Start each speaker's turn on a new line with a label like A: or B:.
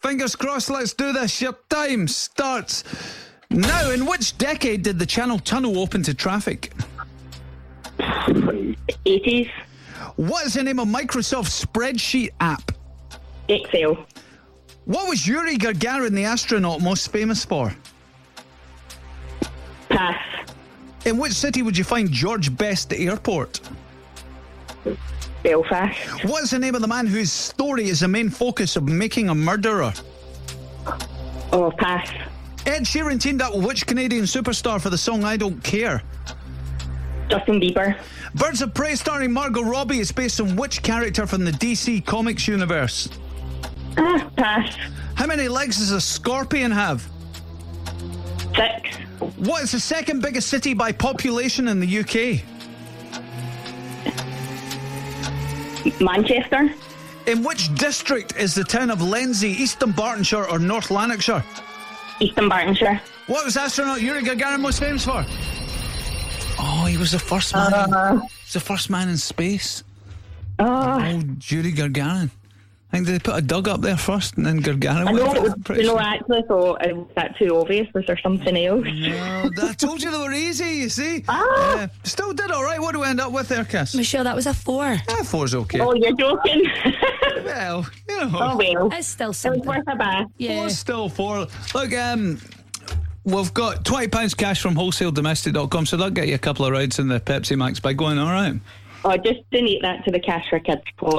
A: Fingers crossed, let's do this. Your time starts now. In which decade did the Channel Tunnel open to traffic?
B: 80s,
A: What is the name of Microsoft's spreadsheet app?
B: Excel,
A: What was Yuri Gagarin, the astronaut, most famous for?
B: pass,
A: In which city would you find George Best Airport?
B: Belfast,
A: What is the name of the man whose story is the main focus of making a murderer?
B: or pass,
A: Ed Sheeran teamed up with which Canadian superstar for the song I Don't Care?
B: Justin Bieber,
A: Birds of Prey starring Margot Robbie is based on which character from the DC Comics universe?
B: ah, pass,
A: How many legs does a scorpion have?
B: six,
A: What is the second biggest city by population in the UK?
B: Manchester,
A: In which district is the town of Lenzie, Eastern Bartonshire or North Lanarkshire?
B: Eastern Bartonshire.
A: What was astronaut Yuri Gagarin most famous for? Oh, he was the first man.
B: Uh-huh.
A: He's the first man in space.
B: Oh,
A: Oh, Yuri Gagarin. I think they put a dug up there first, and then Gagarin.
B: I
A: went
B: know
A: for
B: it was,
A: it. Pretty
B: you know,
A: sure.
B: actually, so uh, was that too obvious? Was there something else?
A: Oh, I told you they were easy. You see,
B: Ah.
A: Yeah. still did all right. What do we end up with there, Cass?
C: Michelle, that was a four.
A: Ah, four's okay.
B: Oh, you're joking.
A: Well, you know,
B: oh, well.
C: It's
B: It
C: still
B: was
C: something.
B: worth a bath.
C: Yeah.
A: four's still four. Look, um, we've got twenty pounds cash from wholesaledomestic.com, so that'll get you a couple of rides in the Pepsi Max big one. All right.
B: Oh, just donate that to the Cash for Kids pot.